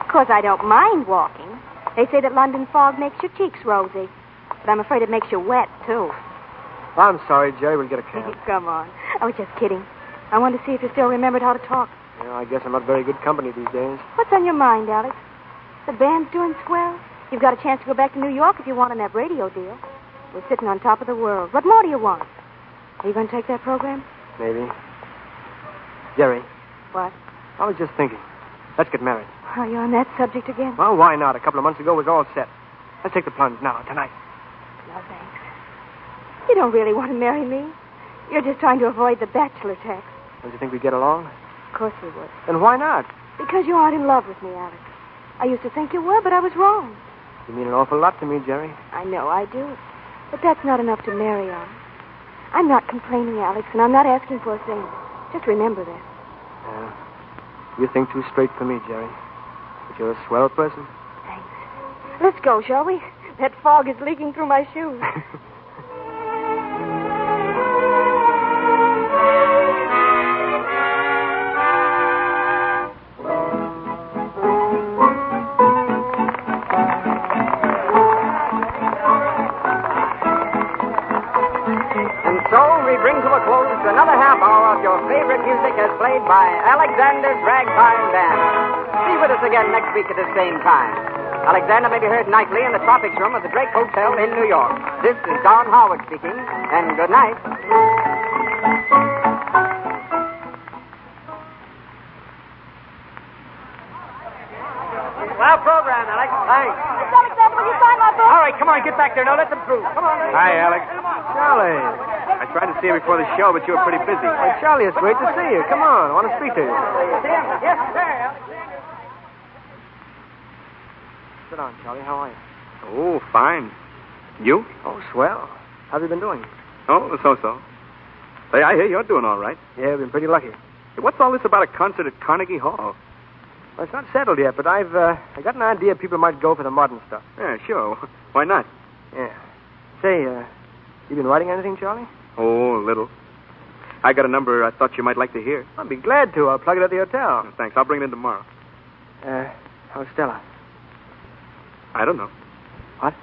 [SPEAKER 3] Of course, I don't mind walking. They say that London fog makes your cheeks rosy, but I'm afraid it makes you wet, too.
[SPEAKER 5] I'm sorry, Jerry. We'll get a cab.
[SPEAKER 3] Come on. I was just kidding. I wanted to see if you still remembered how to talk.
[SPEAKER 5] You know, I guess I'm not very good company these days.
[SPEAKER 3] What's on your mind, Alex? The band's doing swell. You've got a chance to go back to New York if you want on that radio deal. We're sitting on top of the world. What more do you want? Are you going to take that program?
[SPEAKER 5] Maybe. Jerry,
[SPEAKER 3] What?
[SPEAKER 5] I was just thinking. Let's get married.
[SPEAKER 3] Are you on that subject again?
[SPEAKER 5] Well, why not? A couple of months ago was all set. Let's take the plunge now, tonight.
[SPEAKER 3] No, thanks. You don't really want to marry me. You're just trying to avoid the bachelor tax.
[SPEAKER 5] Don't you think we get along?
[SPEAKER 3] Of course you would.
[SPEAKER 5] Then why not?
[SPEAKER 3] Because you aren't in love with me, Alex. I used to think you were, but I was wrong.
[SPEAKER 5] You mean an awful lot to me, Jerry.
[SPEAKER 3] I know I do. But that's not enough to marry on. I'm not complaining, Alex, and I'm not asking for a thing. Just remember that.
[SPEAKER 5] Yeah. Uh, You think too straight for me, Jerry. But you're a swell person.
[SPEAKER 3] Thanks. Let's go, shall we? That fog is leaking through my shoes.
[SPEAKER 1] And so we bring to a close another half hour of your favorite music as played by Alexander's Ragtime Band. Be with us again next week at the same time. Alexander may be heard nightly in the Tropics Room of the Drake Hotel in New York. This is Don Howard speaking, and good night. Well programmed, Alex. Thanks.
[SPEAKER 3] Alexander, will you sign my book?
[SPEAKER 1] All right, come on, get back there. Now let them through. Come on.
[SPEAKER 4] Hi, Alex. Charlie. I tried to see you before the show, but you were pretty busy.
[SPEAKER 5] Hey, Charlie, it's great to see you. Come on, I want to speak to you.
[SPEAKER 1] Yes, sir.
[SPEAKER 5] Sit down, Charlie. How are you?
[SPEAKER 4] Oh, fine. You?
[SPEAKER 5] Oh, swell. How've you been doing?
[SPEAKER 4] Oh, so-so. Hey, I hear you're doing all right.
[SPEAKER 5] Yeah, I've been pretty lucky.
[SPEAKER 4] Hey, What's all this about a concert at Carnegie Hall?
[SPEAKER 5] Well, it's not settled yet, but I've uh, I got an idea people might go for the modern stuff.
[SPEAKER 4] Yeah, sure. Why not?
[SPEAKER 5] Yeah. Say, uh, you been writing anything, Charlie?
[SPEAKER 4] Oh, a little. I got a number I thought you might like to hear.
[SPEAKER 5] I'd be glad to. I'll plug it at the hotel.
[SPEAKER 4] Oh, thanks. I'll bring it in tomorrow.
[SPEAKER 5] Uh, how's Stella?
[SPEAKER 4] I don't know.
[SPEAKER 5] What?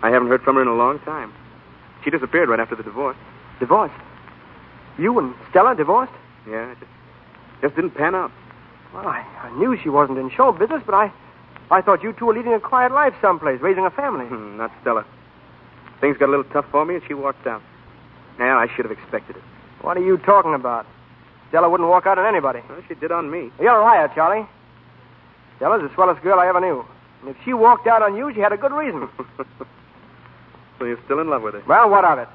[SPEAKER 4] I haven't heard from her in a long time. She disappeared right after the divorce.
[SPEAKER 5] Divorced. You and Stella divorced?
[SPEAKER 4] Yeah, it just, just didn't pan out.
[SPEAKER 5] Well, I, I knew she wasn't in show business, but I, I thought you two were leading a quiet life someplace, raising a family.
[SPEAKER 4] Hmm, not Stella. Things got a little tough for me, and she walked out. Now I should have expected it.
[SPEAKER 5] What are you talking about? Stella wouldn't walk out on anybody.
[SPEAKER 4] Well, she did on me.
[SPEAKER 5] You're a liar, Charlie. Stella's the swellest girl I ever knew. And if she walked out on you, she had a good reason.
[SPEAKER 4] so you're still in love with her?
[SPEAKER 5] Well, what of it?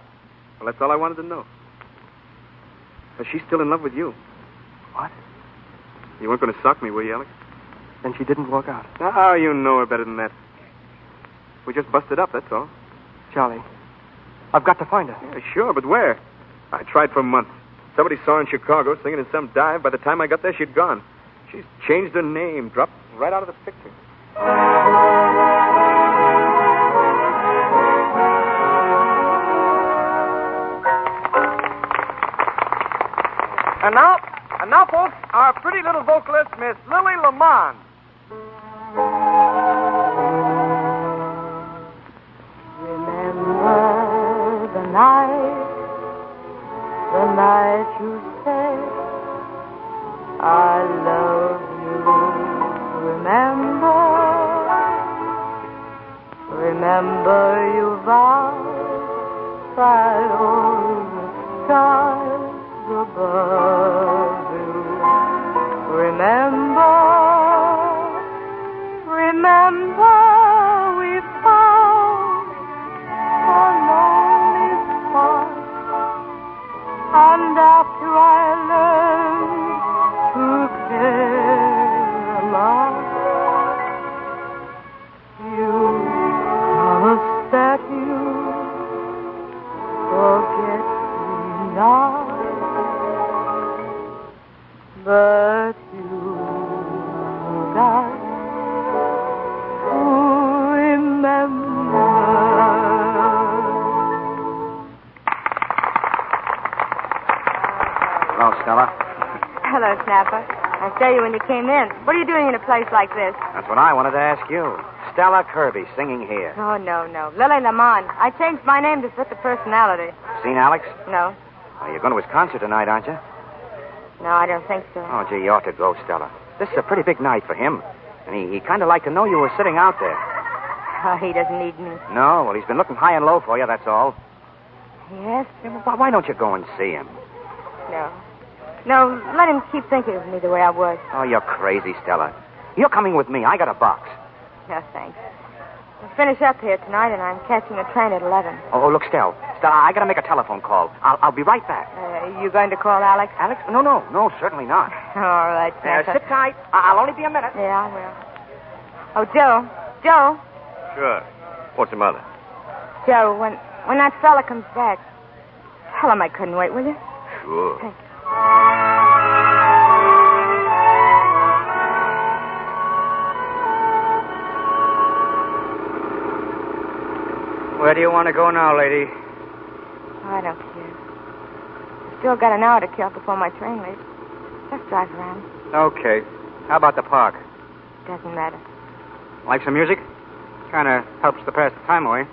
[SPEAKER 4] Well, that's all I wanted to know. But she's still in love with you.
[SPEAKER 5] What?
[SPEAKER 4] You weren't going to sock me, were you, Alex?
[SPEAKER 5] Then she didn't walk out.
[SPEAKER 4] Oh, you know her better than that. We just busted up, that's all.
[SPEAKER 5] Charlie, I've got to find her.
[SPEAKER 4] Yeah, sure, but where? I tried for months. Somebody saw her in Chicago singing in some dive. By the time I got there, she'd gone. She's changed her name, dropped right out of the picture.
[SPEAKER 5] And now, and now, folks, our pretty little vocalist, Miss Lily Lamont.
[SPEAKER 6] Remember the night, the night you said, I love you. Remember, remember you vowed by all the stars above you. Remember, remember we found a lonely spot. And after I learned to care a lot, you promised that you forget me not. But you forgot to
[SPEAKER 9] Oh,
[SPEAKER 6] remember.
[SPEAKER 2] Hello, Stella.
[SPEAKER 9] Hello, Snapper. I saw you when you came in. What are you doing in a place like this?
[SPEAKER 2] That's what I wanted to ask you. Stella Kirby singing here.
[SPEAKER 9] Oh, no, no. Lily Lamont. I changed my name to fit the personality.
[SPEAKER 2] Seen Alex?
[SPEAKER 9] No.
[SPEAKER 2] Well, you're going to his concert tonight, aren't you?
[SPEAKER 9] No, I don't think so.
[SPEAKER 2] Oh, gee, you ought to go, Stella. This is a pretty big night for him. And he, he kind of liked to know you were sitting out there.
[SPEAKER 9] Oh, he doesn't need me.
[SPEAKER 2] No, well, he's been looking high and low for you, that's all.
[SPEAKER 9] Yes?
[SPEAKER 2] Yeah, well, Why, why don't you go and see him?
[SPEAKER 9] No. No, let him keep thinking of me the way I was.
[SPEAKER 2] Oh, you're crazy, Stella. You're coming with me. I got a box.
[SPEAKER 9] No, thanks. We'll finish up here tonight, and I'm catching a train at 11.
[SPEAKER 2] Oh, oh, look, Stella. Stella, I got to make a telephone call. I'll, I'll be right back.
[SPEAKER 9] Uh, you going to call Alex?
[SPEAKER 2] Alex? No, no, no, certainly not.
[SPEAKER 9] All right,
[SPEAKER 2] Uh,
[SPEAKER 9] Snapper.
[SPEAKER 2] sit tight. I- I'll only be a minute.
[SPEAKER 9] Yeah, I will. Oh, Joe,
[SPEAKER 3] Joe,
[SPEAKER 4] Sure. What's the matter?
[SPEAKER 3] Joe, when when that fella comes back, tell him I couldn't wait, will you?
[SPEAKER 4] Sure.
[SPEAKER 1] Where do you want to go now, lady?
[SPEAKER 3] Oh, I don't care. Still got an hour to kill before my train leaves. Just drive around.
[SPEAKER 1] Okay. How about the park?
[SPEAKER 3] Doesn't matter.
[SPEAKER 1] Like some music? Kind of helps to pass the time away.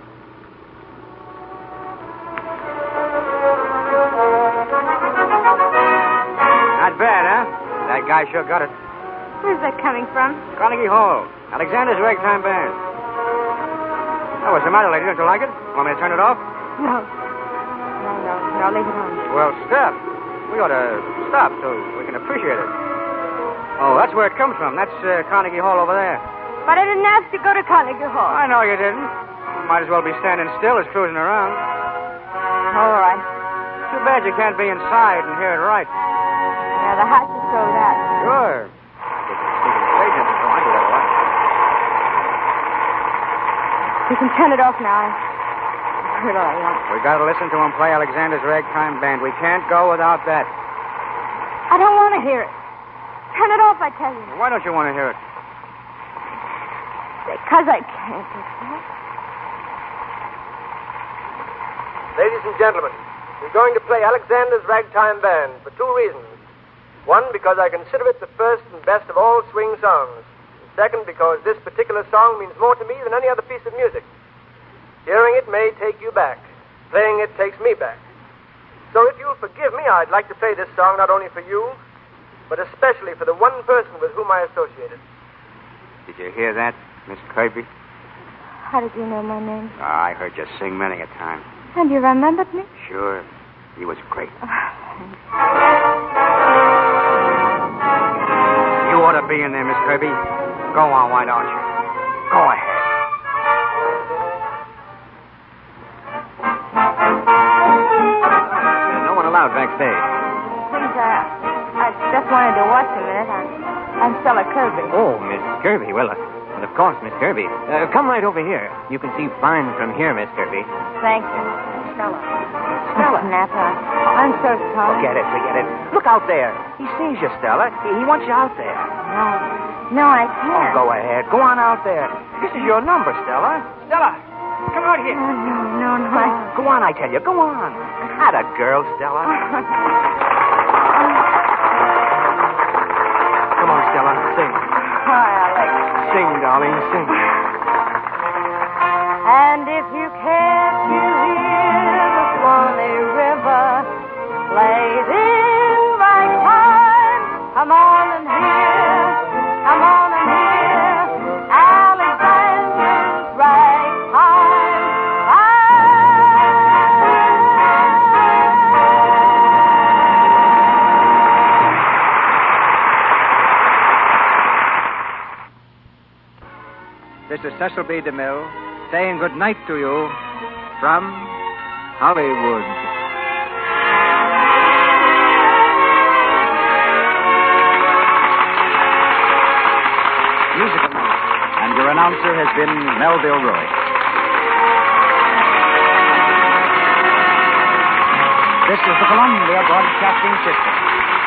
[SPEAKER 1] Not bad, huh? That guy sure got it.
[SPEAKER 3] Where's that coming from?
[SPEAKER 1] Carnegie Hall, Alexander's Ragtime Band. Oh, what's the matter, lady? Don't you like it? Want me to turn it off?
[SPEAKER 3] No. No, no, no, leave it on.
[SPEAKER 1] Well, stop. We ought to stop so we can appreciate it. Oh, that's where it comes from. That's uh, Carnegie Hall over there.
[SPEAKER 3] But I didn't ask to go to Carnegie Hall.
[SPEAKER 1] Oh, I know you didn't. Might as well be standing still as cruising around.
[SPEAKER 3] All right.
[SPEAKER 1] Too bad you can't be inside and hear it right.
[SPEAKER 3] Yeah, the house is sold out.
[SPEAKER 1] Sure.
[SPEAKER 3] You can turn it off now. I've heard all I want.
[SPEAKER 1] We gotta listen to him play Alexander's ragtime band. We can't go without that.
[SPEAKER 3] I don't want to hear it. Turn it off, I tell you.
[SPEAKER 1] Why don't you want to hear it?
[SPEAKER 3] Because I can't. that's all.
[SPEAKER 5] Ladies and gentlemen, we're going to play Alexander's Ragtime Band for two reasons. One, because I consider it the first and best of all swing songs. And second, because this particular song means more to me than any other piece of music. Hearing it may take you back. Playing it takes me back. So if you'll forgive me, I'd like to play this song not only for you, but especially for the one person with whom I associate it.
[SPEAKER 1] Did you hear that, Miss Kirby?
[SPEAKER 3] How did you know my name?
[SPEAKER 1] Oh, I heard you sing many a time.
[SPEAKER 3] And you remembered me?
[SPEAKER 1] Sure. He was great. You ought to be in there, Miss Kirby. Go on, why don't you? Go ahead. There's no one allowed backstage.
[SPEAKER 3] Please, I, I just wanted to watch a minute. I'm, I'm Stella Kirby.
[SPEAKER 2] Oh, Miss Kirby. Well, uh, well of course, Miss Kirby. Uh, come right over here. You can see fine from here, Miss Kirby.
[SPEAKER 3] Thank you. Stella. Stella. Napa. I'm so sorry.
[SPEAKER 2] Forget it, forget it. Look out there. He sees you, Stella. He, he wants you out there. Oh,
[SPEAKER 3] No. No, I can't.
[SPEAKER 2] Go ahead. Go on out there. This is your number, Stella.
[SPEAKER 10] Stella, come out here.
[SPEAKER 3] No, no, no, no. I-
[SPEAKER 2] Go on, I tell you. Go on. Had a girl, Stella. Come on, Stella. Sing. Sing, darling. Sing.
[SPEAKER 6] And if you can't, you hear the lonely river play this ragtime. Come on and hear, come on and hear Alexander's ragtime.
[SPEAKER 2] This is Cecil B. DeMille saying good night to you from Hollywood. Music and your announcer has been Melville Roy. This is the Columbia Broadcasting System.